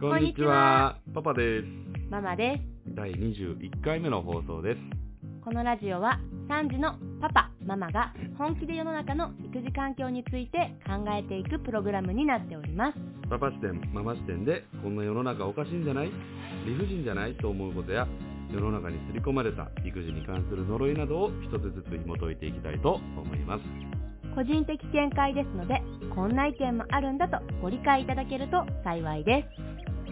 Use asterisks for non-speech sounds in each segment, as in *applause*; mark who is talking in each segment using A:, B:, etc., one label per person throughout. A: こんにちは。パパです。
B: ママです。
A: 第21回目の放送です。
B: このラジオは3児のパパ、ママが本気で世の中の育児環境について考えていくプログラムになっております。
A: パパ視点、ママ視点で、こんな世の中おかしいんじゃない理不尽じゃないと思うことや、世の中に刷り込まれた育児に関する呪いなどを一つずつ紐解いていきたいと思います。
B: 個人的見解ですので、こんな意見もあるんだとご理解いただけると幸いです。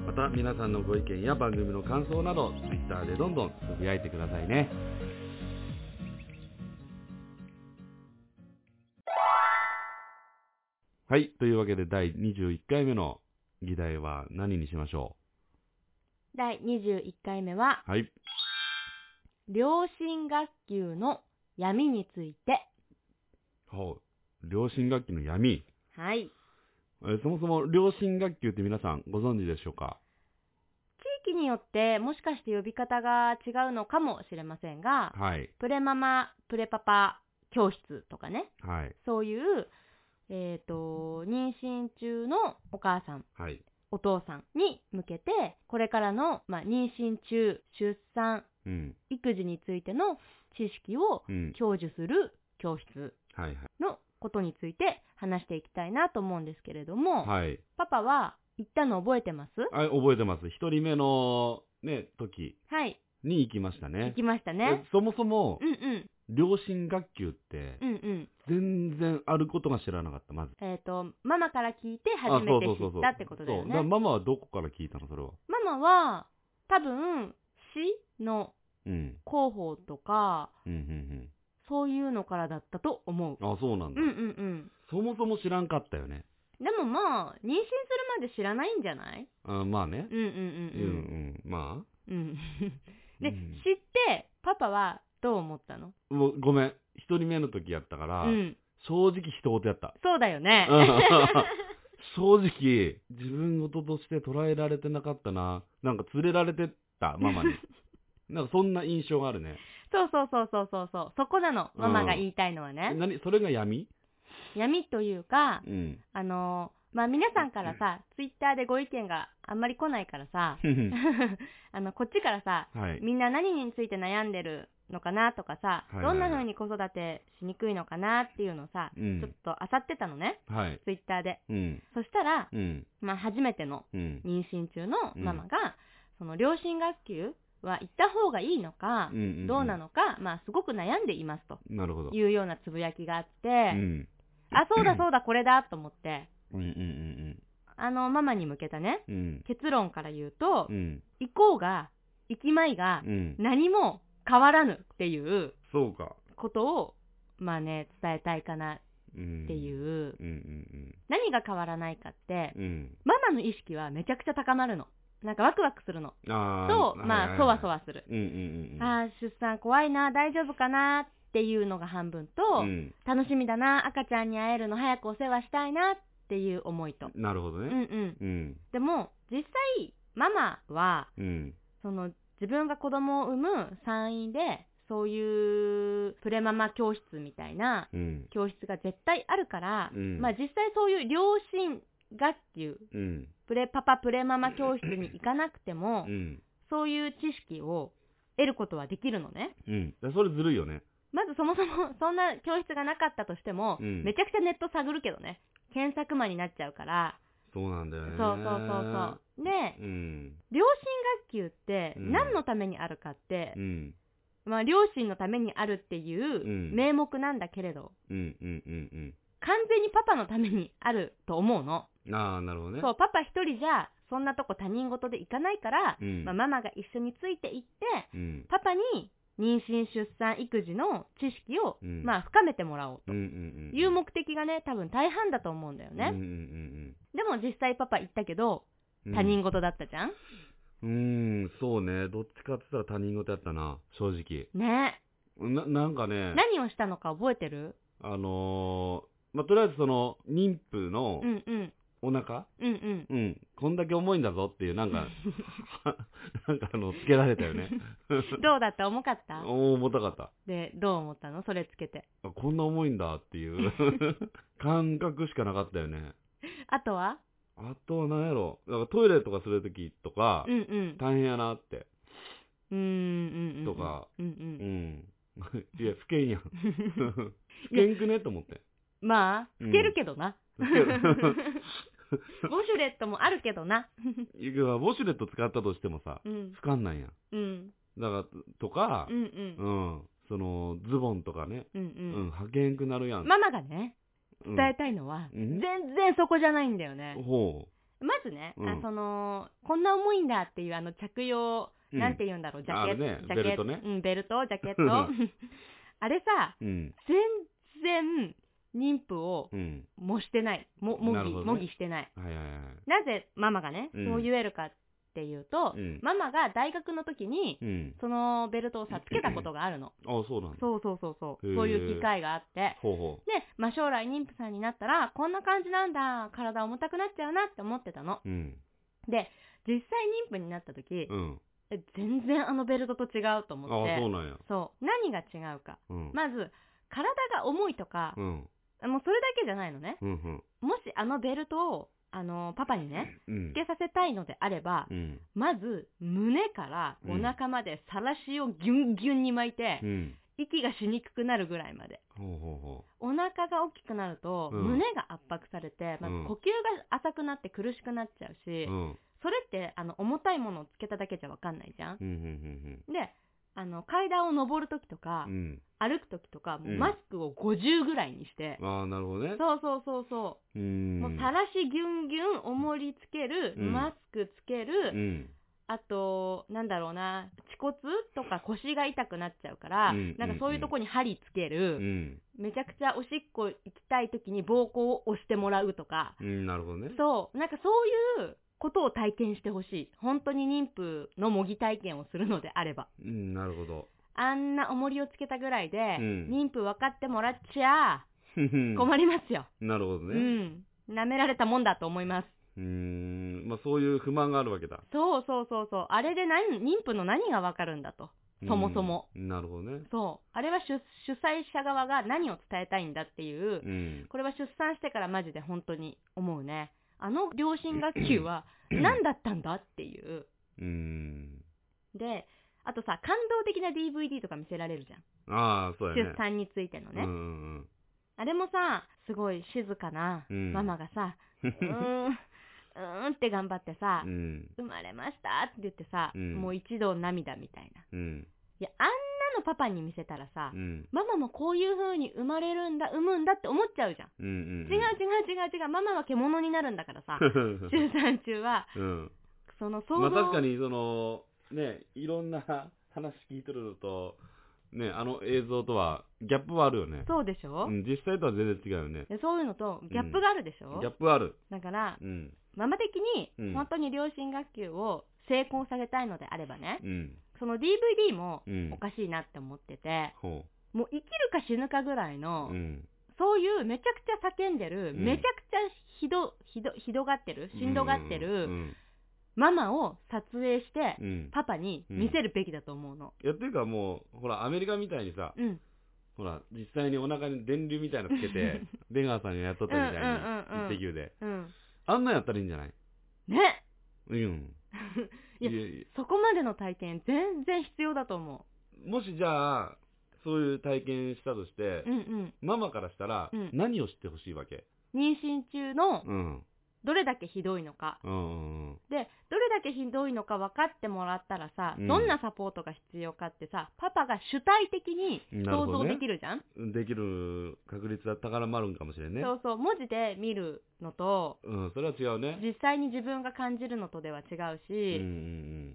A: また皆さんのご意見や番組の感想など Twitter でどんどんつぶやいてくださいねはいというわけで第21回目の議題は何にしましょ
B: 第21回目は、
A: うはい
B: 良心学級の闇について。
A: ほう良心学級の闇
B: はい。
A: えーそもそも良心学級って皆さんご存知でしょうか
B: 地域によってもしかして呼び方が違うのかもしれませんが、
A: はい
B: プレママ、プレパパ教室とかね、
A: はい
B: そういう、えー、と妊娠中のお母さん
A: はい
B: お父さんに向けてこれからの、まあ、妊娠中出産
A: うん
B: 育児についての知識を
A: うん
B: 享受する教室
A: はい
B: のことについて話していきたいなと思うんですけれども、
A: はいはい
B: パパは行ったの覚えてます
A: あ覚えてます一人目のね時
B: はい
A: に行きましたね
B: 行。きましたね
A: えそもそも
B: う、んうん
A: 両親学級って
B: う、んうん
A: 全然あることが知らなかった、まず。
B: えっ、とママから聞いて
A: あ
B: 初めて知ったってことだよ
A: そうだから
B: ね
A: ママはどこから聞いたの、それは。
B: ママは多分市の
A: うん。
B: 広報とか
A: うん、うん、
B: そういうのからだったと思う
A: うん。あ、そうなん
B: う
A: だ、
B: んうんうん
A: そもそも知らんかったよね。
B: でもまあ妊娠するまで知らないんじゃない
A: あまあね
B: う。んうん
A: うん、うん、ま
B: うんうん *laughs*
A: あ。
B: で、
A: う
B: 知っ
A: ん
B: てパパはどう思ったの
A: もうごめん。一人目の時やったから、
B: うん
A: 正直一言や
B: *laughs*
A: った。
B: そうだよね
A: うん正直、自分事として捉えられてなかったな。なんか連れられてった、ママ
B: *laughs*
A: に。なんかそんな印象があるね。
B: そうそうそうそうそうそうそこなのママが言いたいのは
A: え
B: ね、
A: 何それが闇
B: 闇というか
A: うん。
B: あのーまあ皆さんからさ、ツイッターでご意見があんまり来ないからさ *laughs* あのこっちからさ
A: はい。
B: みんな何について悩んでるのかなとかさ、
A: はいはい
B: どんな風に子育てしにくいのかなっていうのをさ、
A: う
B: ちょっ
A: ん。
B: と漁ってたのね、
A: はい。
B: ツイッターで。
A: うん。
B: そしたら、
A: うん。
B: まあ、初めての
A: うん。
B: 妊娠中のママが、その両親学級は行った方がいいのか、
A: ん
B: どうなのか、まあ、すごく悩んでいますと
A: なるほど。
B: いうようなつぶやきがあって、
A: うん。
B: あ、そうだそうだ、これだと思って、
A: うんうん
B: あの、ママに向けたね、
A: うんうん。うん。
B: 結論から言うと
A: う、ん。
B: 行こうが、行きまいが
A: う、ん。
B: 何も変わらぬっていう、
A: そうか。
B: ことを、まあね、伝えたいかなっ
A: うん。。
B: ていうう、
A: うんうん
B: 何が変わらないかって、
A: うん。うん。
B: ママの意識はめちゃくちゃ高まるの。なんかワクワクするの。
A: ああ。
B: と、まあ、そわそ
A: わ。
B: わする。
A: うんうんうん。
B: ああ、出産怖いな、大丈夫かなっていうのが半分と、
A: うん。
B: 楽しみだな、赤ちゃんに会えるの早くお世話したいなっていう思いと。
A: なるほど
B: うん
A: ね。
B: うん。
A: うん。
B: でも、実際、ママは、
A: うん。
B: その、自分が子供を産む産院で、そういうプレママ教室みたいな
A: うん。
B: 教室が絶対あるから、
A: うん
B: まあ実際そういう両親学級
A: うん。
B: プレパパプレママ教室に行かなくても、
A: うん。
B: そういう知識を得ることはできるのね
A: うん。それずるいよね。
B: まずそもそも *laughs* そんな教室がなかったとしても、
A: うん
B: めちゃくちゃネット探るけどね検索魔になっちゃうから、
A: そうなんだよね。
B: そうそうそうそうで
A: う。うん。
B: 両親学級って
A: うん
B: 何のためにあるかって
A: う、ん。
B: まあ両親のためにあるって
A: う
B: いうん名目なんだけれど
A: うんうんうん
B: 完全にパパのためにあると思うの
A: うん。ああ、なるほどね。
B: そうパパ一人じゃそんなとこ他人事で行かないから、
A: うん
B: まあ、ママが一緒について行って
A: うん。
B: パパに妊娠出産育児の知識を、
A: うん
B: まあ、深めてもらおう
A: うんうんうん。
B: という目的がね多分大半だと思うんだよね、
A: うんうん
B: でも実際パパ行ったけど
A: うんうん。
B: 他人事だったじゃん、
A: うーん、そうね。どっちかって言ったら他人事やったな、正直。
B: ね
A: な、なんかね、
B: 何をしたのか覚えてる
A: あのー、まあ、とりあえずその、妊婦の
B: うんうん
A: お腹、
B: うんうん
A: うん、こんだけ重いんだぞっていう、なん
B: *laughs*
A: か、なんかあの、つけられたよね。
B: どうだった重かった
A: おー重たかった。
B: でどう思ったのそれつけて
A: あ
B: *laughs*
A: こんな重いんだっていう感覚しかなかったよね。
B: あとは
A: あとは何やろだからトイレとかするときとか、
B: うんうん
A: 大変やなって
B: うんうんうん
A: とか
B: うん
A: う
B: うん
A: んいや不
B: *laughs*
A: 健やん不健くねと思って
B: まあ
A: うん
B: 拭けるけどな、
A: 吹け *laughs* る
B: ウォシュレットもあるけどな
A: いくらウォシュレット使ったとしてもさ
B: うん
A: つかんないやん
B: うん
A: だからとか
B: うんう、ん
A: うん、そのズボンとかね、
B: うんう
A: うん、
B: ん
A: はけんくなるやん。
B: ママがね
A: うん
B: 伝えたいのは、
A: うん
B: 全然そこじゃないんだよね、
A: ほ
B: まずね、
A: うん
B: あそのこんな重いんだっていうあの着用、
A: う。
B: なんて言うんだろうジャケ
A: あれ
B: ット、
A: ね
B: ジャケ
A: ベルトね
B: うん、ベルトジャケッ
A: う
B: ト *laughs* あれさ
A: うん。
B: 全然妊婦を
A: うん。
B: 模してないもも
A: な
B: ぎ、
A: るほどね
B: もぎしてない
A: うん。はいはいはい。
B: なぜママがね、
A: うん
B: そう言えるかっていうと、
A: うん
B: ママが大学の時に
A: うん。
B: そのベルトをさつけたことがあるの
A: あ、そうなんだ。
B: そうそうそうそう
A: へー
B: そういう機会があって
A: ほうほ
B: で、まあ、将来妊婦さんになったらこんな感じなんだ体重たくなっちゃうなって思ってたの
A: う。うん。
B: で実際妊婦になった時、
A: うん。
B: え全然あのベルトと違うと
A: あ、
B: 思って
A: そうなんや。
B: そう何が違うか
A: うん。
B: まず体が重いとか
A: う、ん。
B: もうそれだけじゃないのね
A: うん。うん。
B: もしあのベルトをあのパパにね
A: うん
B: つけ。させたいのであれば、
A: うん。
B: まず胸からお腹までさらしをギュンギュンに巻いて、
A: うん。
B: 息がしにくくなるぐらいまで
A: ほうほうほ
B: お腹が大きくなると、
A: うん
B: 胸が圧迫されて、まず
A: うん
B: 呼吸が浅くなって苦しくなっちゃうし、
A: う。うん。
B: それってあの重たいものをつけただけじゃわかんないじゃん
A: うん。うん。
B: であの階段を上るときとか
A: うん。う、ん。
B: 歩くときとかもううんマスクを50ぐらいにして、
A: ああ、なるほどね。
B: そうそうそうそうう、
A: ん。
B: もうさらしギュンギュン重りつける、
A: うん
B: マスクつける、
A: うん。
B: あと、なんだろうな、恥骨とか腰が痛くなっちゃうから、
A: うん
B: なんかそういうとこに針つけ
A: う
B: る、
A: ん。
B: めちゃくちゃおしっこ行きたい時に膀胱を押してもらうとか、
A: うん。なるほどね。
B: そう、なんかそういうことを体験してほしい。本当に妊婦の模擬体験をするのであれば。
A: うん。なるほど。
B: あんな重りをつけたぐらいで、
A: ん
B: 妊婦分かってもらっちゃ
A: 困
B: 困りますよ。
A: *laughs* なるほど
B: う
A: ね。
B: ん。舐められたもんだと思います。
A: うん。まあ、そういう不満があるわけだ。
B: そうそうそうそう。あれで何、妊婦の何が分かるんだと。そもそも
A: うん。なるほどね。
B: そう。あれは主主催者側が何を伝えたいんだっていう、
A: うん。
B: これは出産してからマジで本当に思うね。あの両親学級は何だったんだっていう。
A: うん。
B: で、あとさ、感動的な DVD とか見せられるじゃん。
A: ああ、そうやね。
B: 出産についてのね。
A: うんうん
B: あれもさ、すごい静かな
A: うん
B: ママが
A: *laughs*
B: さ、
A: う
B: うー
A: ん。
B: ん、うーんって頑張ってさ、
A: うん。
B: 生まれましたって言ってさ、
A: うん
B: もう一度涙みたいな。
A: うん。
B: いや、あんなのパパに見せたらさ、
A: うん。
B: ママもこういう風に生まれるんだ、産むんだって思っちゃうじゃん。
A: うん。うん。
B: 違う違う違う違う、ママは獣になるんだからさ、
A: *laughs* う
B: 中産中は、
A: ん。
B: その想
A: ま
B: 像、
A: あ確かに、その、ね、いろんな *laughs* 話聞いてるのと、ね、あの映像とは、ギャップはあるよね。
B: そうでしょ、
A: うん、実際とは全然違うよね。
B: でそういうのとギャップがあるでし
A: ギ
B: ょ、
A: ャップはある。
B: だから、
A: うん。
B: ママ的
A: う
B: に
A: ん
B: 本当に両親学級を成功させたいのであればね、
A: うん。
B: その DVD も
A: うん
B: お。かしいなって思ってて、
A: ほ。
B: もう生きるか死ぬかぐらいうの、
A: うん。
B: そういうめちゃくちゃ叫んでる、
A: うん
B: めちゃくちゃひど、ひど、ひどがってる、しんどがって
A: う
B: る、
A: ん。
B: ママを撮影して
A: う、ん。
B: パパに見せるべきだと思うの。
A: いや、っていうかもう、ほら、アメリカみたいにさ、
B: うん。
A: ほら、実際にお腹に電流みたいなのつけ
B: *laughs*
A: て、出川さんがやっとったみたいに、
B: うんうんうんうん
A: 一滴で。
B: うん。
A: あんなんやったらいいんじゃない
B: ね
A: うん。
B: いや
A: いやいや
B: そこまでの体験全然必要だと思
A: もしじゃあ、そういう体験したとして
B: う。う、んうん。
A: ママからしたら
B: うん、
A: 何を知ってほしいわけ
B: 妊娠中の
A: うん。
B: どれだけひどいのか。
A: うんうんうん。
B: で、どれだけひどいのか分かってもらったらさ、
A: うん
B: どんなサポートが必要かってさ、パパが主体的に
A: なる
B: 想
A: ほど
B: 像
A: ね
B: できるじゃん、
A: できる確率は高まるんかもしれんね。
B: そうそう、文字で見るのと、
A: うん、それは違うね。
B: 実際に自分が感じるのとでは違
A: う
B: う
A: ん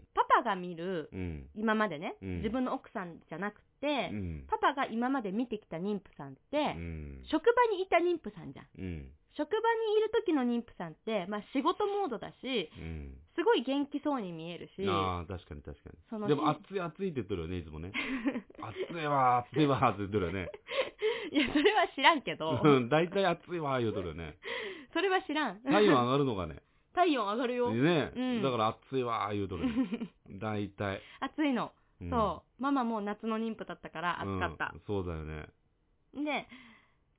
B: し、パパが見る、
A: うんうん。うん。
B: 今までね、
A: うん
B: 自分の奥さんじゃなくて、
A: うん。
B: パパが今まで見てきた妊婦さんって、
A: うん。
B: 職場にいた妊婦さんじゃん。
A: うん。
B: 職場にいる時の妊婦さんって、まあ、仕事モードだし
A: うん。
B: すごい元気そうに見えるし
A: ああ、確かに確か
B: その
A: に。でも、暑い暑いって言ってるよね、いつも
B: *laughs*
A: ね。暑いわー、暑いわーって言ってるよね。
B: いやそれは知らんけど
A: うん、大体暑いわー言うとるよね。
B: それは知らん
A: 体温上がるのがね。
B: 体温上がるよ
A: ね、
B: うん
A: だから暑いわー言うとるよね。
B: *laughs*
A: 大体。
B: 暑いの、
A: うん
B: そうママも夏の妊婦だったから暑かった
A: う、んそうだよね。
B: で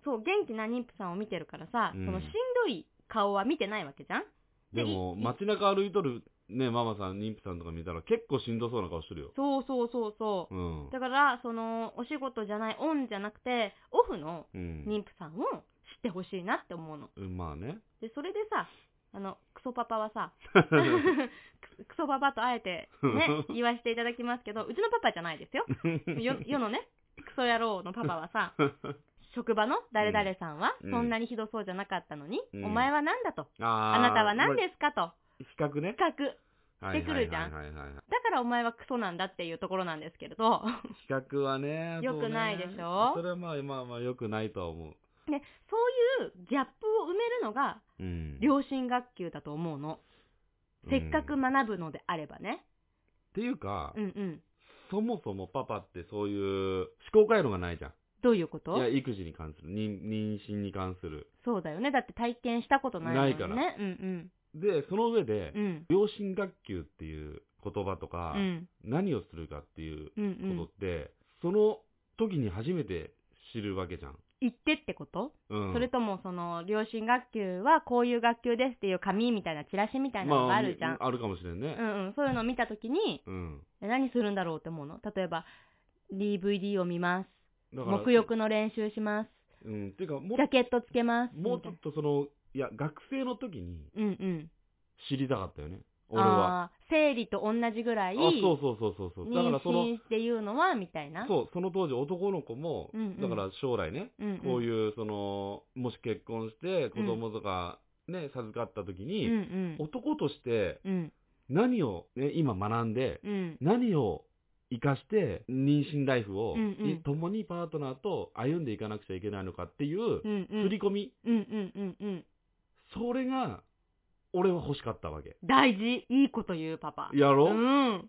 B: そう元気な妊婦さんを見てるからさ、
A: うん
B: そのしんどい顔は見てないわけじゃん
A: でも、街中歩いとるね、ママさん、妊婦さんとか見たら結構しんどそうな顔してるよ。
B: そうそうそうそうう。
A: ん。
B: だから、その、お仕事じゃない、オンじゃなくて、オフの
A: うん。
B: 妊婦さんを知ってほしいなって思うの。
A: うんまあ
B: *laughs*
A: ね。
B: で、それでさ、あの、クソパパは
A: *laughs*
B: さ、ククソパパとあえてね、言わせていただきますけど、うちのパパじゃないですよ。よ世のね、クソ野郎のパパはさ、職場の誰々さんは
A: うん
B: そんなにひどそうじゃなかったのに、
A: うん
B: お前は何だと、
A: あ
B: あなたは何ですすかと、
A: 比較ね。
B: 比較。してくるじゃん
A: はいはいはいはいは
B: だからお前はクソなんだっていうところなんですけ
A: *laughs*
B: れど、
A: い。比較はね、
B: 良くない
A: そうね
B: でしょ
A: それはまあまあまあ良くないとは思う。
B: ね、そういうギャップを埋めるのが
A: うん。
B: 良心学級だと思うの。せっか
A: う
B: く
A: んっ
B: 学ぶのであればね。
A: ていうか、
B: うんうん。
A: そもそもパパってそういう思考回路がないじゃん。
B: どういうこと
A: いや、育児に関する、妊妊娠に関する。
B: そうだよね。だって体験したことないもんね。
A: ないか
B: うん
A: で、その上で
B: うん。う、ん。
A: 良心学級っていう言葉とか、
B: うん。
A: 何をするかっていう
B: うんう
A: ことっ
B: ん。
A: て、その時に初めて知るわけじゃん。
B: 行ってってこと、
A: うん。
B: それとも、その、良心学級はこういう学級ですっていう紙みたいな、チラシみたいなのがあるじゃん。
A: まあ、あるかもしれんね。
B: うんうん。そういうのを見たときに、
A: うん。
B: え何するんだろうって思うの例えば、DVD を見ます。
A: だから
B: 沐浴の練習します。
A: うん。っていうか、
B: ジ
A: もっ
B: ャケットつけます。
A: と、もうちょっ
B: み
A: とその、いや、学生の時に
B: たいなうん
A: 知りたかったよね。
B: うん。
A: 俺は。
B: あー生理と同じぐらい、
A: あ、そうそうそうそうそう。だか
B: 妊
A: らその、
B: 娠っていうのは、みたいな。
A: そう、その当時男の子も、
B: うんうん
A: だから将来ね、
B: うんうん。
A: こう
B: う
A: いう、その、もし結婚して子供とかね、授かった時
B: ん
A: に、
B: うん。
A: 男として
B: うん。
A: 何を、ね、今学んで、
B: うん。
A: 何を生かして妊娠ライフを、
B: うんうん
A: い共にパートナーと歩んでいかなくちゃいけないのかっていうう、
B: んうん。
A: 振り込み、
B: うんうんうんうん。
A: それが、俺は欲しかったわけ。
B: 大事。いいこと言う、パパ。
A: やろ、
B: うん。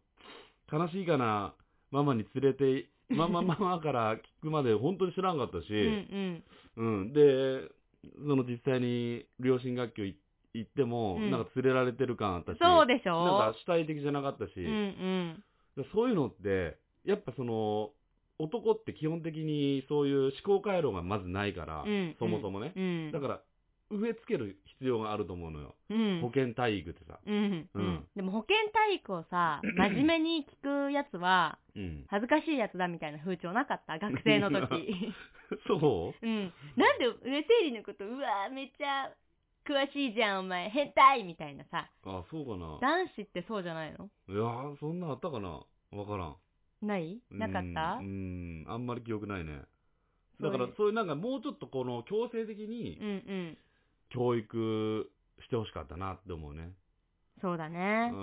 A: 悲しいかな、ママに連れ
B: *laughs*
A: て、ママ、ママから聞くまで本当に知らんかったし、
B: うんうん。
A: うん、で、その実際に両親学級い行っても、
B: うん
A: なんか連れられてる感あったし、
B: そうでし
A: なん
B: ょ
A: か主体的じゃなかったし、
B: うんうん。
A: でそういうのって、やっぱその、男って基本的にそういう思考回路がまずないから、
B: うん
A: そもそもね。
B: うん。
A: だから、植え付ける必要があると思うのよ。
B: うん。
A: 保健体育ってさ。
B: うんう
A: うんん。
B: でも保健体育を
A: *clears throat*
B: さ、真面目に聞くやつは、 *laughs*
A: うん。
B: 恥ずかしいやつだみたいな風潮なかった学生の時。
A: *laughs* そう
B: うん。なんで、上生理のこと、うわーめっちゃ詳しいじゃん、お前、変態みたいなさ。
A: あ、そうかな。
B: 男子ってそうじゃないの
A: いやー、そんなんあったかなわからん。
B: ないなかった
A: うん、うんあんまり記憶ないね。
B: そ
A: だ
B: うね
A: から、そういうなんかもうちょっとこの強制的に
B: うんうん。
A: 教育してほしかったなって思うね。
B: そうだね。
A: う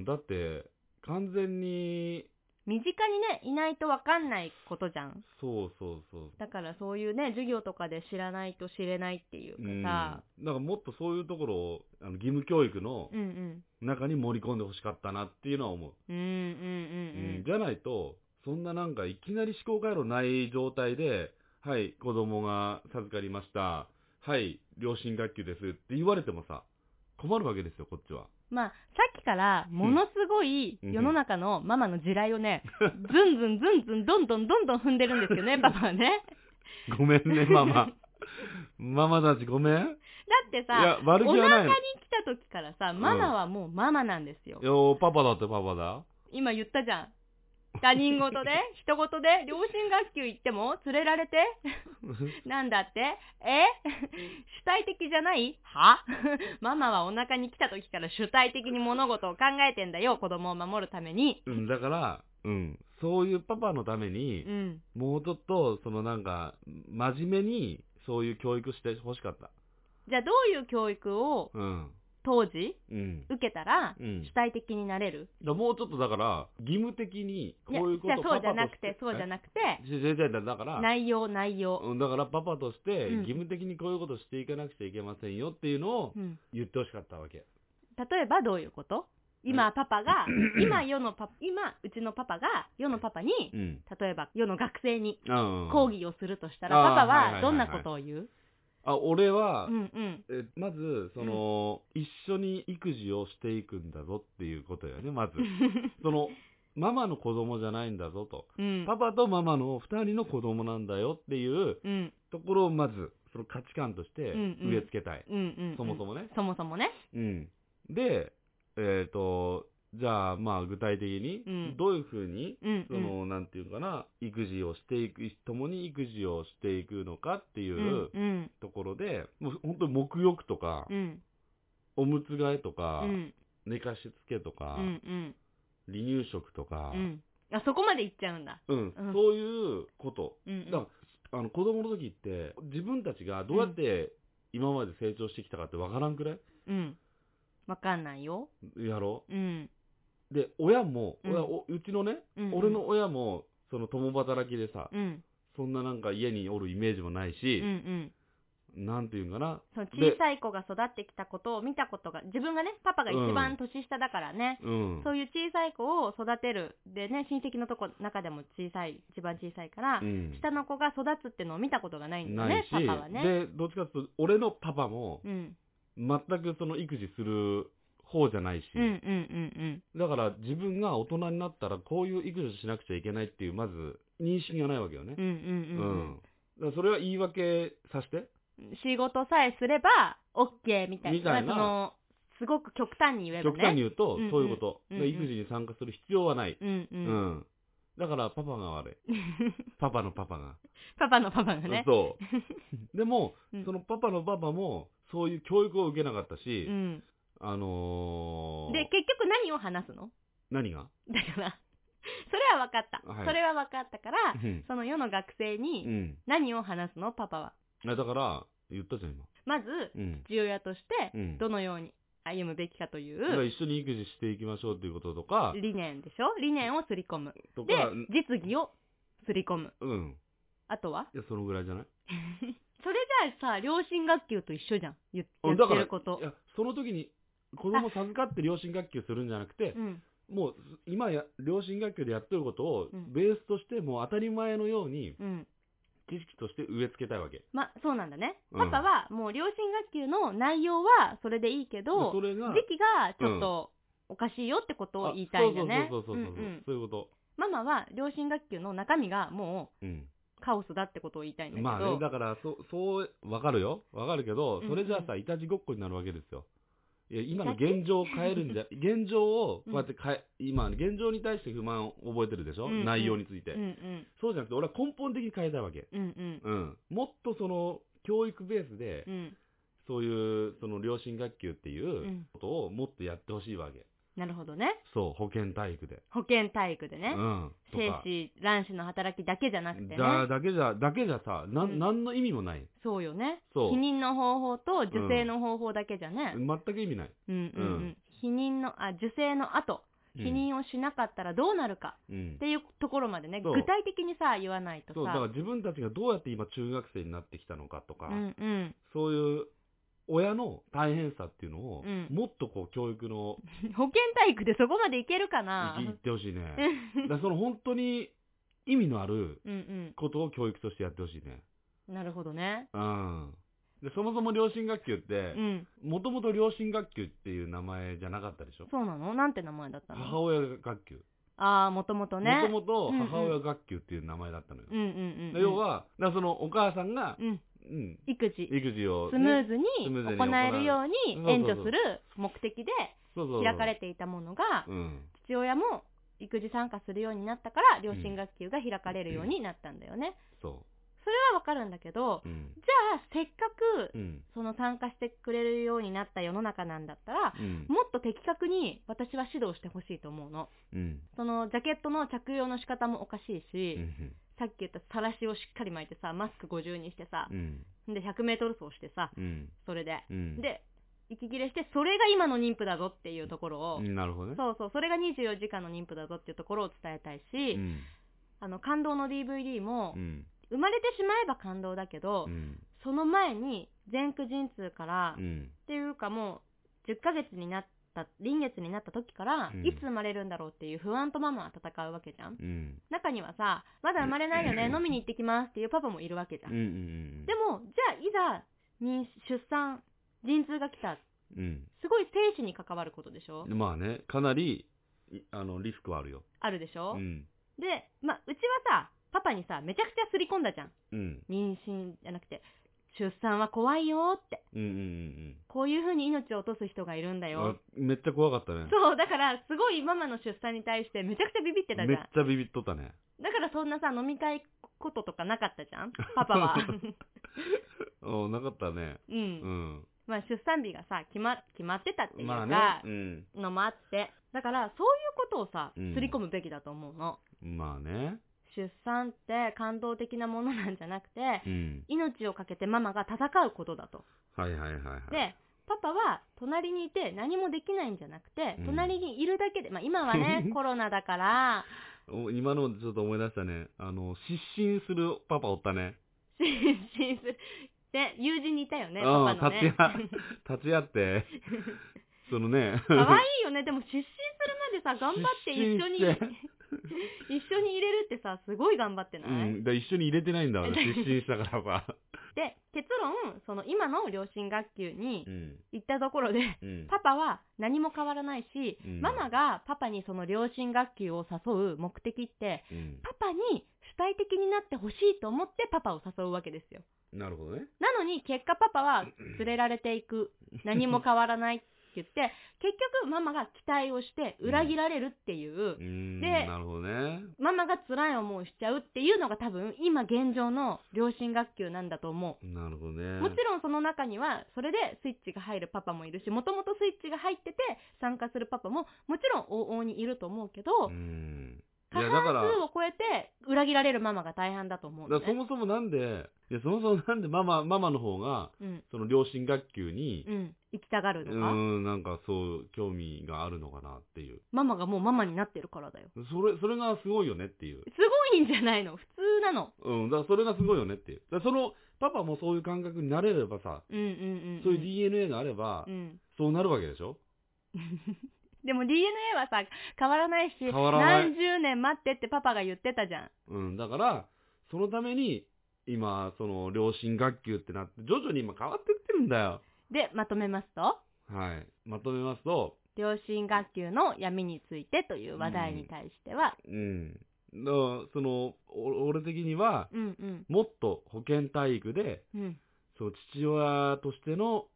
A: ん。だって、完全に、
B: 身近にね、いないとわかんないことじゃん。
A: そうそうそう。
B: だからそういうね、授業とかで知らないと知れないっていう
A: うん
B: かさ、
A: なんかもっとそういうところをあの義務教育の
B: うんうん。
A: 中に盛り込んでほしかったなっていうのは思う、
B: うんうん
A: うんじゃないとそんななんかいきなり思考回路ない状態ではい子供が授かりましたはい両親学級ですって言われてもさ困るわけですよこっちは
B: まあ、さっきから、ものすごい
A: うん
B: 世の中のママの地雷をね、ずんずんずんずんどんどんどんどん踏んでるんですよ
A: *laughs*
B: ね、パパはね。
A: ごめんね
B: *laughs*
A: ママママたちごめんい
B: だってさ、
A: や悪気
B: お
A: はな
B: 腹
A: い
B: に来た時からさ、ママはもうママなんですよ。
A: よパパだってパパだ
B: 今言ったじゃん。他人事で、人事で、両親学級行っても、連れられて、なんだってえ主体的じゃないは *laughs* ママはお腹に来た時から主体的に物事を考えてんだよ、子供を守るために。
A: うんだからうんそういうパパのために、
B: うん。
A: もうちょっと、そのなんか、真面目に、そういう教育してほしかった。
B: じゃあどういう教育を
A: うん。
B: 当時
A: うん。
B: 受けたら
A: うん。だ
B: 主
A: か
B: 体的になれる、
A: らもうちょっとだから、義務的に、こういうこ
B: じゃあ
A: と
B: そうじゃなくて、そうじ
A: な
B: ゃなくて、
A: くて。違う違う違うだから、
B: 内容、内容。
A: うんだからパパとして、
B: うん
A: 義務的にこういうことしていかなくちゃいけませんよっていうのを
B: うん
A: 言ってほしかったわけ。
B: 例えばどういうこと今パ
A: *clears throat*
B: パが、今世のパ、今うちのパパが世のパパに、
A: うん。
B: 例えば世の学生に
A: うん。
B: 講義をするとしたら、
A: あーは
B: パパ
A: いはいはいは
B: はいどんなことを言う
A: あ、俺は
B: う、んうん。
A: えまず、その、一緒に育児をしていくんだぞっていうことよね、まず。その、ママの子供じゃないんだぞと。
B: うん。
A: パパとママの二人の子供なんだよっていう
B: うん
A: ところをまず、その価値観として
B: うんうん
A: 植え付けたい。
B: うんうんうん。
A: そもそもね。
B: そもそもね。
A: うん。で、えっ、と、じゃあ、まあ、具体的
B: う
A: に
B: ん、
A: どういうふうに、
B: うん、
A: その、なんていうかな、育児をしていく、共に育児をしていくのかってい
B: うん、
A: う
B: うん、
A: ところで、もう本当に沐浴とか
B: う、ん、
A: おむつ替えと
B: う
A: か、
B: ん、
A: 寝かしつけとか
B: う、ん、うん、
A: 離乳食とか
B: う、ん。あ、そこまで行っちゃうんだ。
A: うん
B: うん、
A: そういうこと。
B: うん、うん。
A: だから、あの、子供の時って、自分たちがどうやって今まで成長してきたかってわからんくらい
B: うん。わかんないよ。
A: やろ
B: うん。
A: で、親も、
B: うん
A: 親おうちのね、
B: うん
A: 俺の親も、その共働きでさ、
B: うん。
A: そんななんか家におるイメージもない
B: うん、う
A: し、
B: ん。
A: なんていうんかな、
B: そう、
A: で
B: 小さい子が育ってきたことを見たことが、自分がね、パパが一番年下だからね。
A: うん。
B: そういう小さい子を育てる。でね、親戚のとこ、中でも小さい、一番小さいから、
A: うん
B: 下の子が育つってのを見たことがないんだよ
A: ない
B: ね
A: し、、
B: パパはね。
A: で、どっちかっていうと、俺のパパも、
B: うん。
A: 全くその育児する方じゃないし、
B: うんうんうん
A: だから自分が大人になったら、こういう育児をしなくちゃいけないっていう、まず、認識がないわけよね
B: うん。。うんうんうん
A: だからそれは言い訳させて、
B: うん。仕事さえすれば、OK みたいな。
A: みたいな
B: その、すごく極端に言えばね。
A: 極端に言うと
B: うんうん、
A: そういうこと。
B: うんうん
A: で育児に参加する必要はない。
B: うんう。
A: うんん。だからパパが悪い。パパのパパが。
B: *laughs* パパのパパがね。 *laughs*
A: そう。でも
B: うん、
A: そのパパのパパも、そういう教育を受けなかった
B: う
A: し、
B: ん。
A: あのー、
B: で、結局何を話すの *laughs*
A: 何が
B: だから、それは分かった。
A: はい
B: それは分かったから、
A: うん
B: その世の学生
A: う
B: に
A: ん。
B: 何を話すのパパは。
A: だから、言ったじゃん、今。
B: まず、
A: うん。
B: 父親とし
A: う
B: て、
A: ん。
B: どのように歩むべきかとい
A: だから
B: う
A: 一緒に育児していきましょうということとか、
B: 理念でしょ理念をすり込む。
A: と
B: で
A: か、、
B: 実技をすり込む。
A: うん。
B: あとはい
A: や、そのぐらいじゃない
B: それじゃあさ、両親学級と一緒じゃん。言っ
A: う
B: や
A: ん
B: っ
A: だか
B: て
A: ら
B: ること
A: い。や、その時に、子供授かって両親学級するんじゃなくて
B: う、ん。
A: もう、今や、両親学級でやってることを
B: うん、
A: ベースとして、もう当たり前のように、
B: うん。
A: 知識として植え付けたいわけ。
B: ま、そうなんだね。
A: う
B: パ
A: ん
B: パは、もう両親学級の内容はそれでいいけど、
A: それが、
B: 時期がちょっとおかしいよってことを言いたいんだね。
A: あそうそうそうそうそうう、
B: んうん
A: そういうこと。
B: ママは両親学級の中身がも
A: うん。
B: うカオスだってことを言いたいんだけど、
A: まあね、だから、そう、そう、わかるよ。わかるけど
B: うんうん、
A: それじゃあさ、いたちごっこになるわけですよ。いや、今の
B: イタチ
A: 現状を変えるん
B: *laughs*
A: じゃ、現状を、こうやって変え、今、現状に対して不満を覚えてるでしょ、
B: うんうん
A: 内容について、
B: うんうん
A: そうじゃなくて、俺は根本的に変えたいわけ。
B: うんうん
A: うん。もっとその、教育ベースで、
B: うん
A: そういう、その、両親学級っていううんことをもっとやってほしいわけ。
B: なるほどね
A: そう、保健体育で。
B: 保健体育で
A: う
B: ね、
A: ん。と
B: 精
A: か。
B: 子卵子の働きだけじゃなくてね
A: だだけじゃ、だけじゃさ、な、
B: うんん
A: なんの意味もない。
B: そうよね
A: そう。
B: 避妊の方法と受精の方法だけじゃね、
A: 全く意味ない。
B: うん、うんうん
A: うん
B: 避妊のあ受精の後避妊をしなかったらどうなるか
A: うん。うん
B: っていうところまでね、
A: そう
B: 具体的にさ言わないと
A: そう、だから
B: さ
A: 自分たちがどうやって今中学生になってきたのかとか、
B: うんうん *laughs*
A: そういう親の大変さっていうのを、
B: うん
A: もっとこう教育の、
B: 保健体育でそこまでいけるかない
A: いってほしいね。だからその本当に意味のある
B: うん
A: ことを教育としてやってほしいね。
B: うん。なるほどね。
A: うん。で、そもそも両親学級っ
B: う
A: て、
B: ん。
A: もともと両親学級っていう名前じゃなかったでしょ
B: そうなのなんて名前だった
A: 母
B: の
A: 親学級。
B: ああ、もともと
A: も
B: ね。
A: ともと母親学級っていう名前だったのよ。
B: うんうんうん。
A: で要、は、だからそのお母さんが、
B: うん。
A: うん、
B: 育児。
A: 育児をね、
B: スムーズに
A: スムーズに行う
B: 行えるように援助する目的で
A: そうそうそう
B: 開かれていたものが、
A: うん。
B: 父親も育児参加するようになったから、両親学級が開かれるようになったんだよね。
A: そ
B: それはわかるんだけど、
A: う。うん。
B: じゃあ、せっか
A: う
B: く、
A: ん。
B: その参加してくれるようになった世の中なんだったら、
A: うん。
B: もっと的確に私は指導してほしいと思うの。
A: うん。
B: そのジャケットの着用の仕方もおかしいし、
A: うん。
B: さっき言ったさらしをしっかり巻いてさ、マスク50にしてさ
A: う、ん。
B: で、100メートル走してさ、
A: うん。
B: それで。
A: うん。
B: で、息切れして、それが今の妊婦だぞっていうところを、
A: うん、なるほどね。
B: そうそう、それが24時間の妊婦だぞっていうところを伝えたいし、
A: うん。
B: あの、感動の DVD も、
A: うん。
B: 生まれてしまえば感動だけど、
A: うん。
B: その前に、前駆陣痛から、
A: う
B: っ
A: ん。
B: ていうかもう、10ヶ月になった、臨月になった時から、
A: うん
B: いつ生まれるんだろうっていう不安とママは戦うわけじゃ
A: う
B: ん。
A: ん。
B: 中にはさ、まだ生まれないよね、
A: うん
B: 飲みに行ってきますっていうパパもいるわけじゃ。
A: うん。うんん。
B: でも、じゃあ、いざ、妊出産、陣痛が来た。
A: うん。
B: すごい生死に関わることでしょ
A: うん。まあね、かなり、いあの、リスクはあるよ。
B: あるでし
A: う
B: ょ、
A: ん。
B: で、まあ、うちはさ、パパにさ、めちゃくちゃすり込んだじゃん。
A: うん。
B: 妊娠じゃなくて、出産は怖いよって。
A: うんうん
B: こういうふうに命を落とす人がいるんだ
A: うんうん。
B: よ
A: あ。めっちゃ怖かったね。
B: そう、だから、すごいママの出産に対してめちゃくちゃビビってたじ
A: め
B: ゃ
A: っ
B: ん。
A: ちゃビビっとったね。
B: だからそんなさ、飲み会こととかなかったじ
A: *laughs*
B: ゃんパパは。
A: うん、なかったね。
B: う。
A: うんん。
B: まあ出産日がさ、決ま、決まってたっていう
A: ま
B: か、
A: あね。
B: のもあって。だから、そういうことをさ、
A: うん
B: すり込むべきだと思うの。
A: うん。まあね。
B: 出産って感動的なものなんじゃなくて、
A: うん。
B: 命をかけてママが戦うことだと。
A: はいはいはいはい。
B: で、パパは隣にいて何もできないんじゃなくて
A: う、ん
B: 隣にいるだけで、まあ今
A: *laughs*
B: はね、コロナだから、
A: お今のちょっと思い出したね。あの、失神するパパおったね。
B: 失神する。で、友人にいたよね、
A: うん
B: パパのね。
A: 達也立ち会 *laughs* って、
B: *laughs*
A: そのね、
B: 可愛いよね。でも失神するまでさ、頑張って一緒に、
A: 失神
B: *laughs* 一緒に入れるってさ、すごい頑張ってな
A: う
B: い、
A: ん、だから一緒に入れてないんだ
B: *laughs*
A: わ、失神したからさ。
B: で、結論、その今の両親学級に
A: うん、
B: 行ったところで、
A: うん。
B: パパは何も変わらないし、
A: うん
B: ママがパパにその両親学級を誘う目的って、
A: うん
B: パパに主体的になってほしいと思ってパパを誘うわけですよ。
A: なるほどね。
B: なのに結果パパは連れられていく。何も変わらないって
A: *laughs*
B: 言って、結局ママが期待をして裏切られるっていう
A: う、ん、
B: で
A: なるほどね。
B: ママが辛い思いしちゃうっていうのが多分今現状の両親学級なんだと思
A: なるほど
B: う。
A: ね。
B: もちろんその中にはそれでスイッチが入るパパもいるし、もともとスイッチが入ってて参加するパパももちろん往々にいると思うけど、
A: うん。い
B: 過
A: や、
B: 半
A: だから、
B: 数を超えて裏切られるママが大半だと思うの
A: だか
B: ね、
A: らそもそもなんで、いや、そもそもなんでママ、ママの方が、
B: うん。
A: その両親学級に
B: う、ん。行きたがる
A: う
B: のか、
A: ん、なんかそう、興味があるのかなっていう。
B: ママがもうママになってるからだよ。
A: それ、それがすごいよねっていう。
B: すごいんじゃないの普通なの。
A: うん、だからそれがすごいよねっていう。だからその、パパもそういう感覚になれればさ、
B: うんうんうん、うん。
A: そういう DNA があれば、
B: うん。
A: そうなるわけでしょ
B: でも DNA はさ、変わらないし、
A: 変わらない
B: 何十年待ってってパパが言ってたじゃん。
A: うん、だから、そのために、今、その、両親学級ってなって、徐々に今変わってってるんだよ。
B: で、まとめますと、
A: はい。まとめますと、
B: 両親学級の闇についてという話題に対しては、
A: うん。だその、お俺的には、
B: うんうん、
A: もっと保健体育で、
B: うん、
A: その父親としての、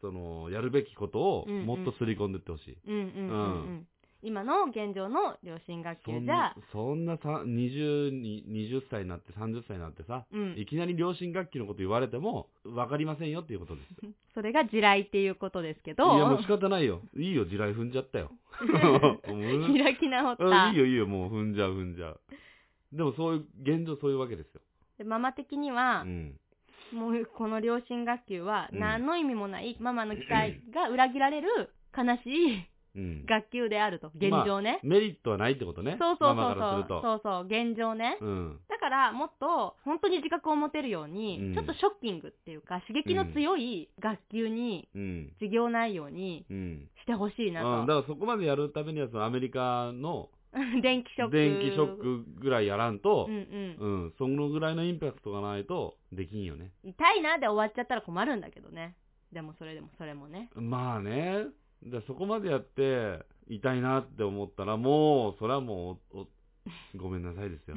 A: その、やるべきことを、
B: うんうん
A: もっとすり込んでってほしい。
B: うん、うん、うん、う。
A: うん
B: 今の現状の両親学
A: そ
B: 級
A: ん
B: じゃ
A: な、、そんなさ、20に、20歳になって30歳になってさ、
B: うん、
A: いきなり両親学級のこと言われても、わかりませんよっていうことです。
B: それが地雷っていうことですけど、
A: いや、もう仕方ないよ。いいよ、地雷踏んじゃった
B: *laughs*
A: よ。もううん
B: 開き直っ
A: うん
B: た
A: いい。よ、いいよ、もう踏んじゃう、踏んじゃう。でも、そういう、現状そういうわけですよ。
B: でママ的に
A: う
B: は、
A: ん。
B: もうこの両親学級は
A: うん
B: 何の意味もない、ママの期待が裏切られる悲しい
A: うん。
B: 学級であると、現状ね。
A: メリットはないってことね。
B: そうそう
A: ママか
B: そ
A: ら
B: う
A: す
B: そう、
A: る
B: そうそう、現状ね。
A: と。うん。
B: だから、もっと本当に自覚を持てるように、
A: うん
B: ちょっとショッキングっていうか、刺激の強い学級に、
A: うん。
B: 授業内容に
A: うん。
B: してほしいな
A: うん、だ
B: と。
A: からそこまでやるためには、そのアメリカの
B: *laughs* 電気ショック。
A: 電気ショックぐらいやらんと
B: うん、うん。
A: うん、そのぐらいのインパクトがないとできんよね。
B: 痛いなで終わっちゃったら困るんだけどね。でもそれでもそれもね。
A: まあね、でそこまでやって、痛いなって思ったら、もう、それはもう、おおごめんなさいですよ。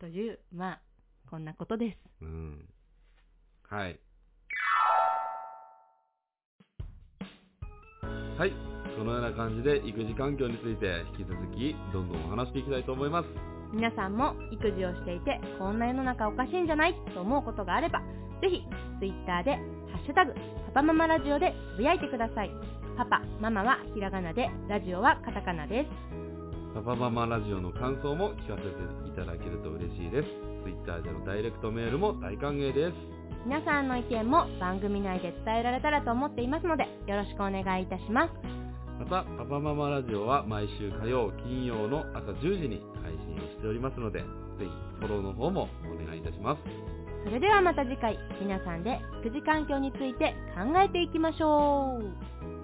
B: という、まあ、こんなことです。
A: うん。はい。はい。そのような感じで、育児環境について、引き続き、どんどんお話していきたいと思います。
B: 皆さんも育児をしていて、こんな世の中おかしいんじゃないと思うことがあれば、ぜひ、ツイッターで、ハッシュタグ、パパママラジオでつぶやいてください。パパ、ママはひらがなで、ラジオはカタカナです。
A: パパママラジオの感想も聞かせていただけると嬉しいです。Twitter でのダイレクトメールも大歓迎です。
B: 皆さんの意見も番組内で伝えられたらと思っていますので、よろしくお願いいたします。
A: また、パパママラジオは毎週火曜、金曜の朝10時に配信をしておりますので、ぜひフォローの方もお願いいたします。
B: それではまた次回、皆さんで育児環境について考えていきましょう。